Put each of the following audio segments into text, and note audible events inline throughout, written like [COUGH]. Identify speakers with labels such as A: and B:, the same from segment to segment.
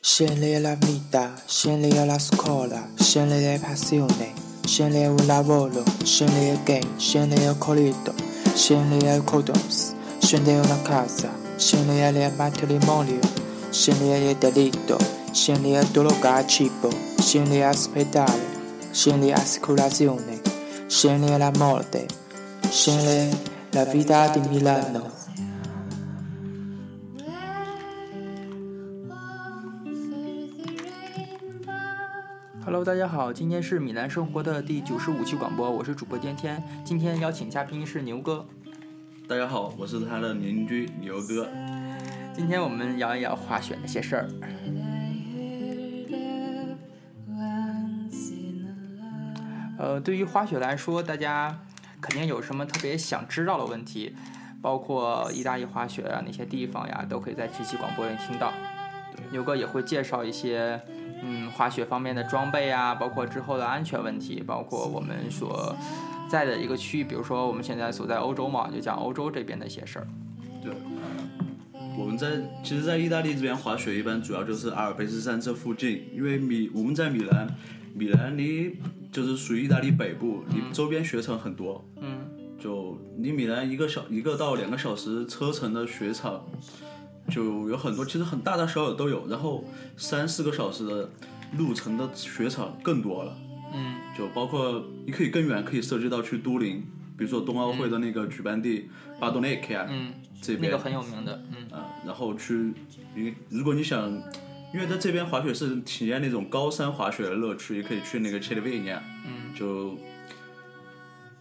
A: Scende alla vita, scende alla scuola, scende la passione, scende al lavoro, scende al game, scende al corrido, scende al condoms, scende una casa, scende al matrimonio, scende al delitto, scende al droga al cibo, scende all'ospedale, scende all'assicurazione, scende alla morte, scende la vita di Milano.
B: Hello，大家好，今天是米兰生活的第九十五期广播，我是主播天天。今天邀请嘉宾是牛哥。
C: 大家好，我是他的邻居牛哥。
B: 今天我们聊一聊滑雪那些事儿。呃，对于滑雪来说，大家肯定有什么特别想知道的问题，包括意大利滑雪啊那些地方呀，都可以在这期广播里听到。牛哥也会介绍一些，嗯，滑雪方面的装备啊，包括之后的安全问题，包括我们所在的一个区域，比如说我们现在所在欧洲嘛，就讲欧洲这边的一些事儿。
C: 对，我们在其实，在意大利这边滑雪一般主要就是阿尔卑斯山这附近，因为米我们在米兰，米兰离就是属于意大利北部，离周边雪场很多，
B: 嗯，
C: 就离米兰一个小一个到两个小时车程的雪场，就有很多，其实很大大小小都有，然后三四个小时的路程的雪场更多了。
B: 嗯，
C: 就包括你可以更远，可以涉及到去都灵，比如说冬奥会的那个举办地巴多内克呀，
B: 嗯，
C: 这
B: 那
C: 边
B: 个很有名的，嗯
C: 啊，然后去你如果你想，因为在这边滑雪是体验那种高山滑雪的乐趣，也可以去那个切利维尼亚，
B: 嗯，
C: 就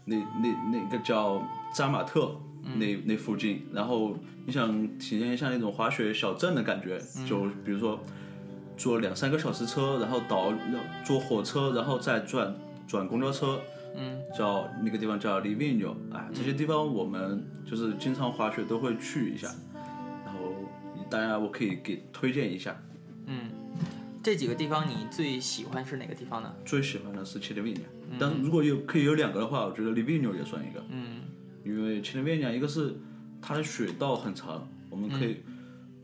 C: 那那那个叫扎马特。
B: 嗯
C: 那那附近，然后你想体验一下那种滑雪小镇的感觉，
B: 嗯
C: 就比如说坐两三个小时车，然后倒坐火车，然后再转转公交车，
B: 嗯，
C: 叫那个地方叫 Livigno 啊，这些地方我们就是经常滑雪都会去一下，然后大家我可以给推荐一下，
B: 嗯。这几个地方你最喜欢是哪个地方呢？
C: 最喜欢的是 c h i l v i n a 但是如果有可以有两个的话，我觉得 Livigno 也算一个，
B: 嗯
C: 因为 c h i l v i n a 一个是它的雪道很长，我们可以，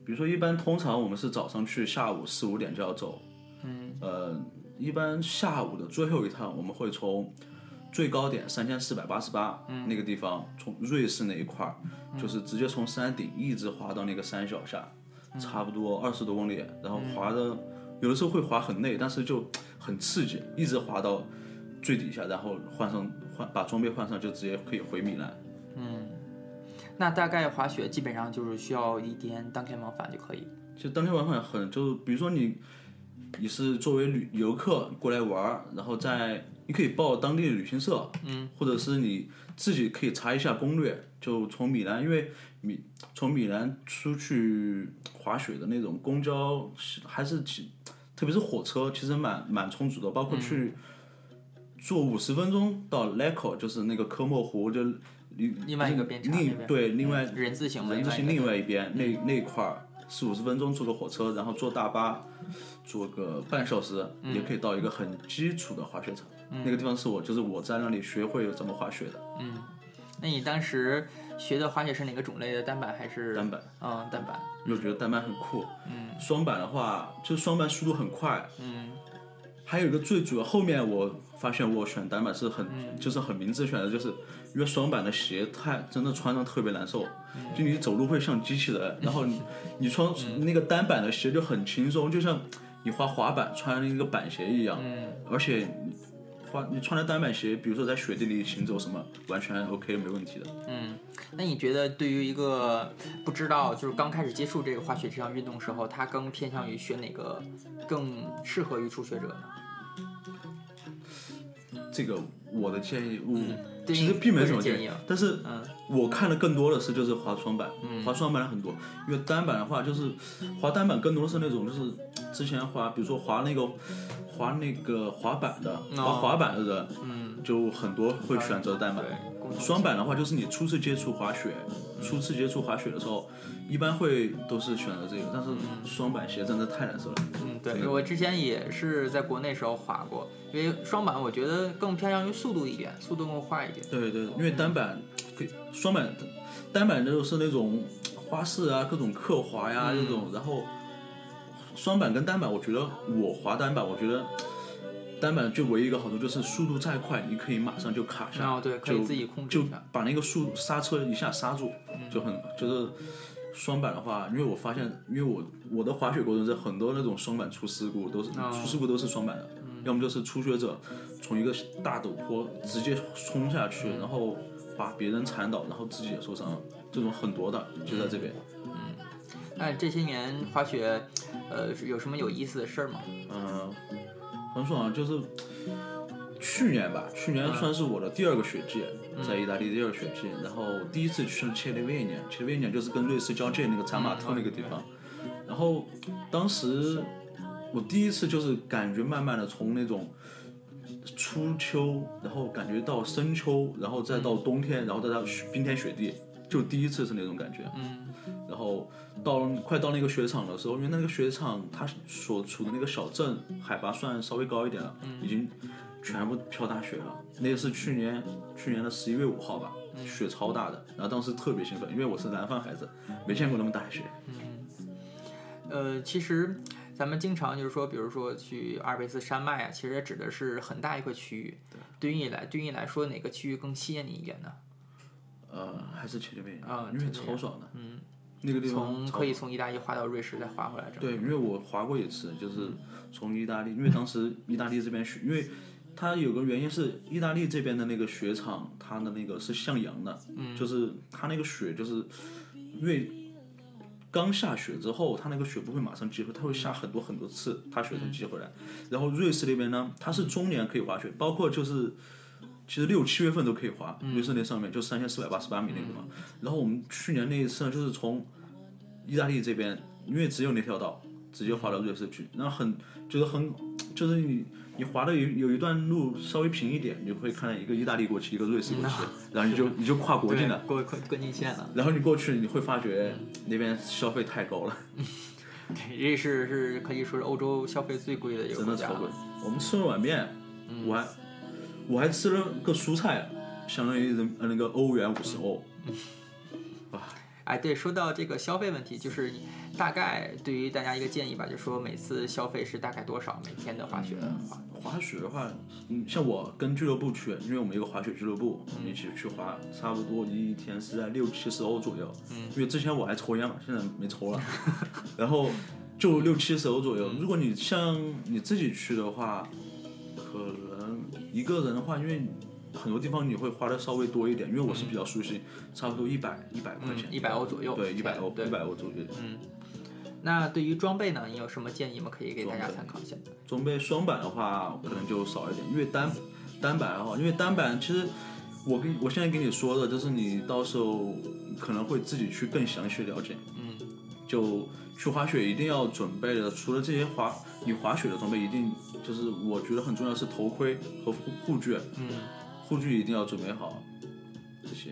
C: 比如说一般通常我们是早上去，下午四五点就要走，
B: 嗯
C: 呃，一般下午的最后一趟，我们会从最高点三千四百八十八那个地方，从瑞士那一块儿，就是直接从山顶一直滑到那个山脚下，差不多二十多公里，然后滑的有的时候会滑很累，但是就很刺激，一直滑到最底下，然后换上换把装备换上，就直接可以回米兰。
B: 嗯。那大概滑雪基本上就是需要一天当天往返就可以。
C: 就当天往返很，就比如说你你是作为旅游客过来玩儿，然后在你可以报当地的旅行社，嗯，或者是你自己可以查一下攻略，就从米兰，因为米从米兰出去滑雪的那种公交是还是其，特别是火车其实蛮蛮充足的，包括去。坐五十分钟到 Lecco，就是那个科莫湖，就另
B: 另外一个边岔那
C: 另
B: 边嗯
C: 对另外
B: 人字形嘛，
C: 人字形
B: 应该
C: 另外一边
B: 嗯
C: 那那块儿四五十分钟坐个火车，然后坐大巴，坐个半小时、
B: 嗯
C: 也可以到一个很基础的滑雪场。那个地方是我就是我在那里学会怎么滑雪的，
B: 嗯。那你当时学的滑雪是哪个种类的？单板还是？
C: 单板。
B: 嗯，单板。
C: 因为我觉得单板很酷。双板的话，就双板速度很快。
B: 嗯
C: 还有一个最主要，后面我发现我选单板是很、
B: 嗯
C: 就是很明智选的，就是因为双板的鞋太真的穿上特别难受，
B: 嗯
C: 就你走路会像机器
B: [LAUGHS]
C: 人，然后你你穿那个单板的鞋就很轻松，就像你滑滑板穿一个板鞋一样，
B: 嗯
C: 而且你滑你穿着单板鞋，比如说在雪地里行走什么，完全 OK 没问题的。
B: 嗯。那你觉得对于一个不知道就是刚开始接触这个滑雪这项运动时候，他更偏向于学哪个，更适合于初学者呢？
C: 这个我的建议，我、
B: 对
C: 嗯其实并没什么
B: 个人嗯
C: 建
B: 建议
C: 议
B: 啊，
C: 但是
B: 嗯
C: 我看的更多的是就是滑双板，滑双板的很多，因为单板的话就是滑单板更多是那种就是之前滑，比如说滑那个滑那个滑板的，滑滑板的人
B: 哦嗯，
C: 就很多会选择单板。
B: 对，嗯共同
C: 双板的话，就是你初次接触滑雪，初次接触滑雪的时候，一般会都是选择这个，但是双板鞋真的太难受了。
B: 嗯，对，我之前也是在国内时候滑过，因为双板我觉得更偏向于速度一点，速度更快一点。
C: 对对，因为单板可以双板，
B: 嗯
C: 单板就是那种花式啊，各种刻滑呀、那种，然后双板跟单板，我觉得我滑单板，我觉得单板就唯一一个好处就是速度再快，你可以马上就卡下，
B: 然后哦对，可以
C: 就
B: 自己控制
C: 就
B: 一下。
C: 把那个速刹车一下刹住，就很就是双板的话，因为我发现，因为我我的滑雪过程中，很多那种双板出事故都是、
B: 哦
C: 出事故都是双板的，要么就是初学者从一个大陡坡直接冲下去，然后把别人铲倒，然后自己也受伤了，这种很多的就在这边。
B: 那这些年滑雪，呃，有什么有意思的事儿吗？
C: 嗯，很爽，啊就是去年吧，去年算是我的第二个雪季，在意大利的第二个雪季，然后第一次去了切利维涅，切利维涅就是跟瑞士交界那个扎马特那个地方，然后当时我第一次就是感觉慢慢的从那种。初秋，然后感觉到深秋，然后再到冬天，然后再到雪冰天雪地，就第一次是那种感觉。
B: 嗯
C: 然后到了快到那个雪场的时候，因为那个雪场它所处的那个小镇海拔算稍微高一点了，已经全部飘大雪了。那个是去年去年的十一月五号吧，雪超大的。然后当时特别兴奋，因为我是南方孩子，没见过那么大的雪。
B: 嗯，呃，其实咱们经常就是说，比如说去阿尔卑斯山脉啊，其实也指的是很大一块区域。对于你来，对于你来说，哪个区域更吸引你一点呢？
C: 呃，还是前面
B: 啊
C: 因为
B: 前面
C: 超爽的，
B: 嗯，
C: 那个地方
B: 从
C: 超
B: 可以从意大利滑到瑞士，再滑回来这样。
C: 对，因为我滑过一次，就是从意大利，因为当时意大利这边雪，因为它有个原因是意大利这边的那个雪场，它的那个是向阳的，就是它那个雪就是因为刚下雪之后，它那个雪不会马上积灰，它会下很多很多次，它雪才积回来。然后瑞士那边呢，它是终年可以滑雪，包括就是。其实六七月份都可以滑，瑞士那上面就三千四百八十八米那个嘛。然后我们去年那一次呢，就是从意大利这边，因为只有那条道，直接滑到瑞士去，那很就是很就是你你滑的有有一段路稍微平一点，你会看到一个意大利过去，一个瑞士过去，
B: 嗯
C: [LAUGHS] 然后你就你就跨国境了。
B: 啊过过过境
C: [LAUGHS]
B: 线了。
C: 然后你过去，你会发觉那边消费太高了，
B: 对瑞士是可以说是欧洲消费最贵的一个
C: 真
B: 国
C: 的
B: 家
C: 超贵
B: 了。。
C: 我们吃了碗面，我还我还吃了个蔬菜，相当于人呃那个欧元五十欧。
B: 哎，对，说到这个消费问题，就是你大概对于大家一个建议吧，就说每次消费是大概多少每天的啊滑雪的
C: 嗯
B: 话，
C: 滑雪的话，嗯，像我跟俱乐部去，因为我们有个滑雪俱乐部，
B: 嗯
C: 我们一起去滑，差不多一天是在六七十欧左右。嗯，因为之前我还抽烟嘛，现在没
B: [LAUGHS]
C: 抽了，然后就六七十欧左
B: 嗯
C: 右。如果你像你自己去的话，可能一个人的话，因为很多地方你会花的稍微多一点，因为我是比较熟悉，差不多一百一百块
B: 嗯
C: 钱，，
B: 一百欧左右，
C: 对，一百欧，
B: 对
C: 一，百欧左右。
B: 嗯。那对于装备呢，你有什么建议吗？可以给大家
C: 装备
B: 参考一下。
C: 装备双板的话，可能就少一点，因为单单板的话，因为单板其实我跟我现在跟你说的，就是你到时候可能会自己去更详细了解。
B: 嗯
C: 就去滑雪一定要准备的，除了这些滑你滑雪的装备，一定就是我觉得很重要是头盔和护护具，
B: 嗯
C: 护具一定要准备好。这些，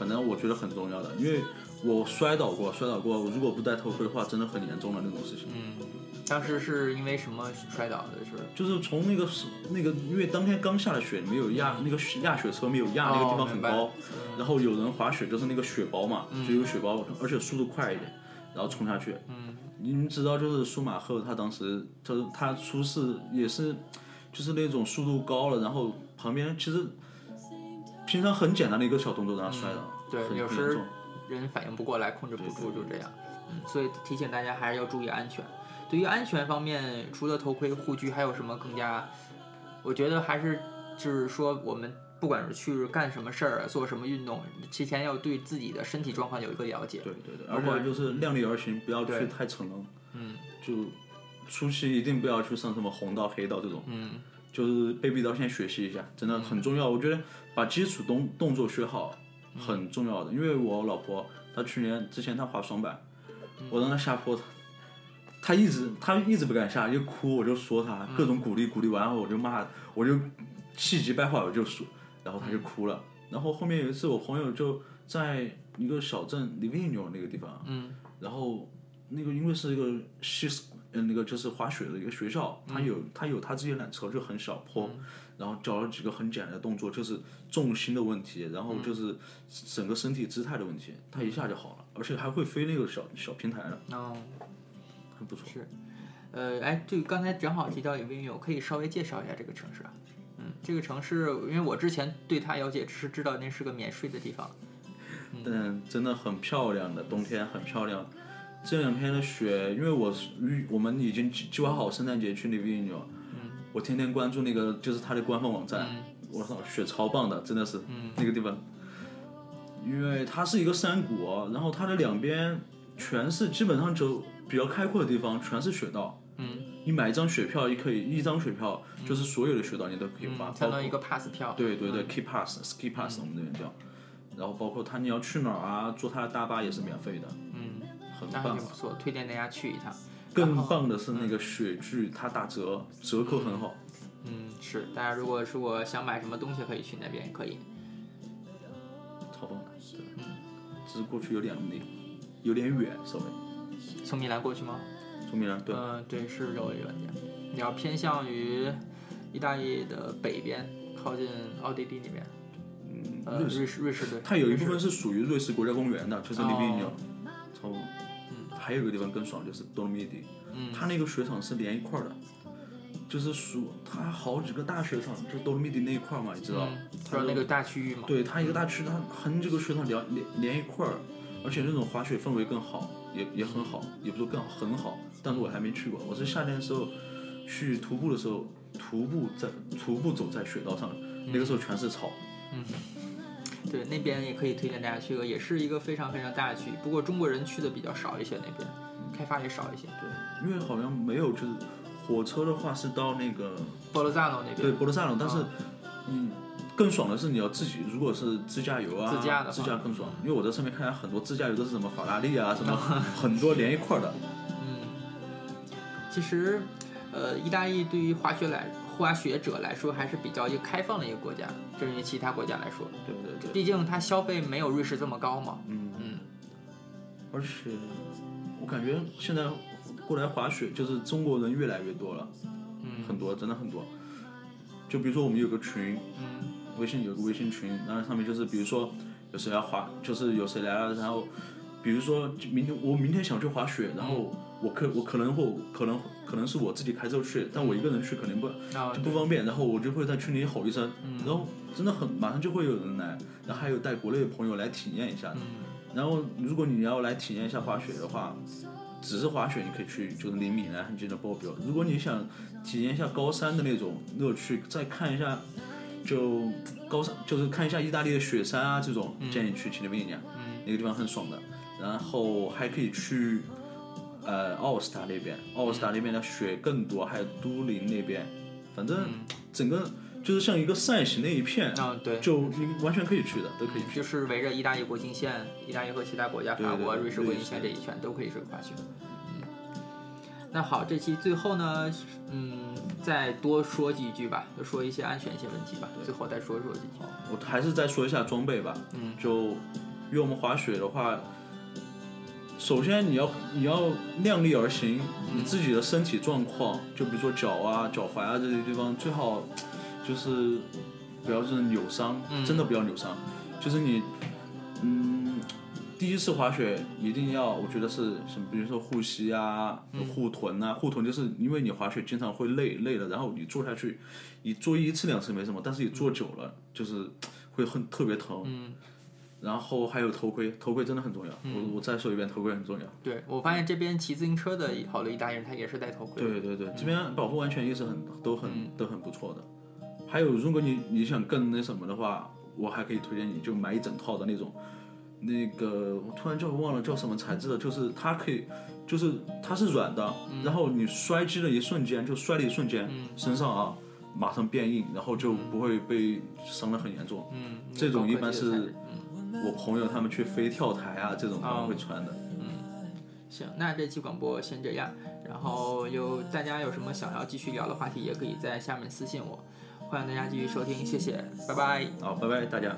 C: 反正我觉得很重要的，因为我摔倒过，摔倒过，如果不戴头盔的话，真的很严重的那种事情。
B: 嗯。当时是因为什么摔倒的？是？
C: 就是从那个那个，因为当天刚下的雪，没有压那个雪压雪车没有压那个地
B: 哦
C: 方很
B: 明白
C: 高，然后有人滑雪就是那个雪包嘛，
B: 嗯
C: 就有雪包，而且速度快一点，然后冲下去。
B: 嗯
C: 你们知道，就是舒马赫他当时就是他出事也是，就是那种速度高了，然后旁边其实平常很简单的一个小动作让他摔了，
B: 嗯对
C: 很
B: 有
C: 很
B: 时
C: 严重
B: 人反应不过来，控制不住，
C: 对对
B: 就这样。嗯，所以提醒大家还是要注意安全。对于安全方面，除了头盔、护具，还有什么更加？我觉得还是就是说，我们不管是去干什么事儿、啊做什么运动，提前要对自己的身体状况有一个了解。
C: 对对对，
B: 而
C: 而
B: 且
C: 且就是量力而行，不要
B: 对
C: 去太逞能，
B: 嗯
C: 就初期一定不要去上什么红道黑道这种。
B: 嗯，
C: 就是被逼到先学习一下，真的很重要。我觉得把基础动动作学好很重要的，因为我老婆她去年之前她滑双板，我让她下坡，她她一直她一直不敢下，就哭，我就说她各种鼓励鼓励完后，我就骂，我就气急败坏，我就说，然后她就哭了。然后后面有一次，我朋友就在一个小镇里面有那个地方，
B: 嗯，
C: 然后那个因为是一个西斯，嗯，那个就是滑雪的一个学校，它有它有它自己的缆车，就很小坡，然后教了几个很简单的动作，就是重心的问题，然后就是整个身体姿态的问题，它一下就好了，而且还会飞那个小小平台了。
B: 哦，
C: 很不错。
B: 是，呃，哎，就刚才正好提到 Vimeo，可以稍微介绍一下这个城市啊。嗯，这个城市，因为我之前对它了解只是知道那是个免税的地方。
C: 但真的很漂亮的，冬天很漂亮。这两天的雪，因为我是预我们已经计计划好圣诞节去那边了，我天天关注那个就是它的官方网站，我操，雪超棒的，真的是、那个地方，因为它是一个山谷，然后它的两边全是基本上就比较开阔的地方，全是雪道。嗯，你买一张雪票，也可以一张雪票就是所有的雪道你都可以花，包
B: 嗯相
C: 括
B: 当于一个 pass 票。
C: 对对对、k
B: 嗯
C: e y pass、ski pass 我们这边叫，然后包括他你要去哪儿啊，坐他的大巴也是免费的，
B: 嗯，
C: 很
B: 那还
C: 棒
B: 挺。不错，推荐大家去一趟。
C: 更棒的是那个雪具，它打折，折扣很好。
B: 嗯，是，大家如果如果想买什么东西，可以去那边，可以。
C: 超棒的，对。
B: 嗯
C: 只是过去有点累，有点远，稍微。
B: 从米兰过去吗？
C: 从米兰对，
B: 嗯、对，是有一个点，你要偏向于意大利的北边，靠近奥地利那边。
C: 嗯
B: 呃，
C: 瑞士，
B: 瑞士，瑞士对。
C: 它有一
B: 瑞士
C: 部分是属于瑞士国家公园的，就是利比
B: 哦
C: 鸟，超棒。还有一个地方更爽，就是多米蒂，
B: 嗯
C: 它那个雪场是连一块儿的，就是属它好几个大雪场，就多米蒂那一块儿嘛，你知道？
B: 嗯，知
C: 它
B: 道
C: 就
B: 那个大区域嘛。
C: 对，它一个大区，它横这个雪场连连连一块儿，而且那种滑雪氛围更好，也也很好，也不是更好，很好。但是我还没去过，我是夏天的时候去徒步的时候，徒步在徒步走在雪道上，那个时候全是草。
B: 对，那边也可以推荐大家去个，也是一个非常非常大的区域，不过中国人去的比较少一些，那边
C: 嗯
B: 开发也少一些。
C: 对，因为好像没有就是火车的话是到那个
B: 波罗赞诺那边。
C: 对波罗萨隆，但
B: 啊
C: 是嗯。更爽的是你要自己，如果是自驾游啊，
B: 自驾的话嗯
C: 自驾更爽，因为我在上面看到很多自驾游都是什么法拉利啊，
B: [LAUGHS]
C: 什么很多连一块儿的，
B: 嗯，其实，呃，意大利对于滑雪来滑雪者来说还是比较一个开放的一个国家，对于其他国家来说，
C: 对对对。
B: 毕竟它消费没有瑞士这么高嘛。
C: 嗯
B: 嗯，
C: 而且我感觉现在过来滑雪，就是中国人越来越多了，
B: 嗯
C: 很多，真的很多。就比如说我们有个群，
B: 嗯
C: 微信有个微信群，然后上面就是比如说有谁来滑，就是有谁来了，然后比如说就明天我明天想去滑雪，然后我可我可能会可能可能是我自己开车去，但我一个人去肯定不
B: 然后
C: 就不方便，然后我就会在群里吼一声，然后真的很马上就会有人来，然后还有带国内的朋友来体验一下，
B: 嗯
C: 然后如果你要来体验一下滑雪的话，只是滑雪你可以去就是离米兰很近的波标，如果你想体验一下高山的那种乐趣，再看一下就高山就是看一下意大利的雪山啊这种，建议去奇里维尼亚，那个地方很爽的，然后还可以去。呃，奥斯达那边，奥斯达那边的雪更多，还有都灵那边，反正整个就是像一个扇形那一片，
B: 嗯对，
C: 就你完全可以去的，都可以去。
B: 就是围着意大利国境线，意大利和其他国家，
C: 对
B: 法
C: 对
B: 国、
C: 对
B: 瑞士
C: 瑞
B: 国境
C: 士
B: 线这一圈都可以是滑雪。嗯，那好，这期最后呢，嗯，再多说几句吧，就说一些安全一些问题吧，最后再说说几句。
C: 我还是再说一下装备吧，
B: 嗯
C: 就因为我们滑雪的话，首先你要你要量力而行，
B: 嗯
C: 你自己的身体状况，就比如说脚啊、脚踝啊这些地方，最好就是不要是扭伤，
B: 嗯
C: 真的不要扭伤，就是你，嗯。第一次滑雪一定要，我觉得是什么，比如说护膝啊、
B: 嗯
C: 护臀啊，护臀就是因为你滑雪经常会累，累了，然后你坐下去，你坐一次两次没什么，但是你坐久了就是会很特别疼。
B: 嗯，
C: 然后还有头盔，头盔真的很重要。我我再说一遍，头盔很重要。
B: 对我发现这边骑自行车的好多意大利人，他也是戴头盔。
C: 对对对，这边保护安全意识很都很、都很不错的。还有，如果你你想更那什么的话，我还可以推荐你就买一整套的那种，那个我突然叫忘了叫什么材质了，就是它可以，就是它是软的，然后你摔击的一瞬间，就摔的一瞬间，身上啊马上变硬，然后就不会被伤得很严重。
B: 嗯，那个
C: 这种一
B: 高
C: 般
B: 科技的材
C: 是
B: 质嗯，
C: 我朋友他们去飞跳台啊这种他们会穿的。
B: 行，那这期广播先这样。然后有大家有什么想要继续聊的话题，也可以在下面私信我。欢迎大家继续收听，谢谢，拜拜。
C: 好，拜拜大家。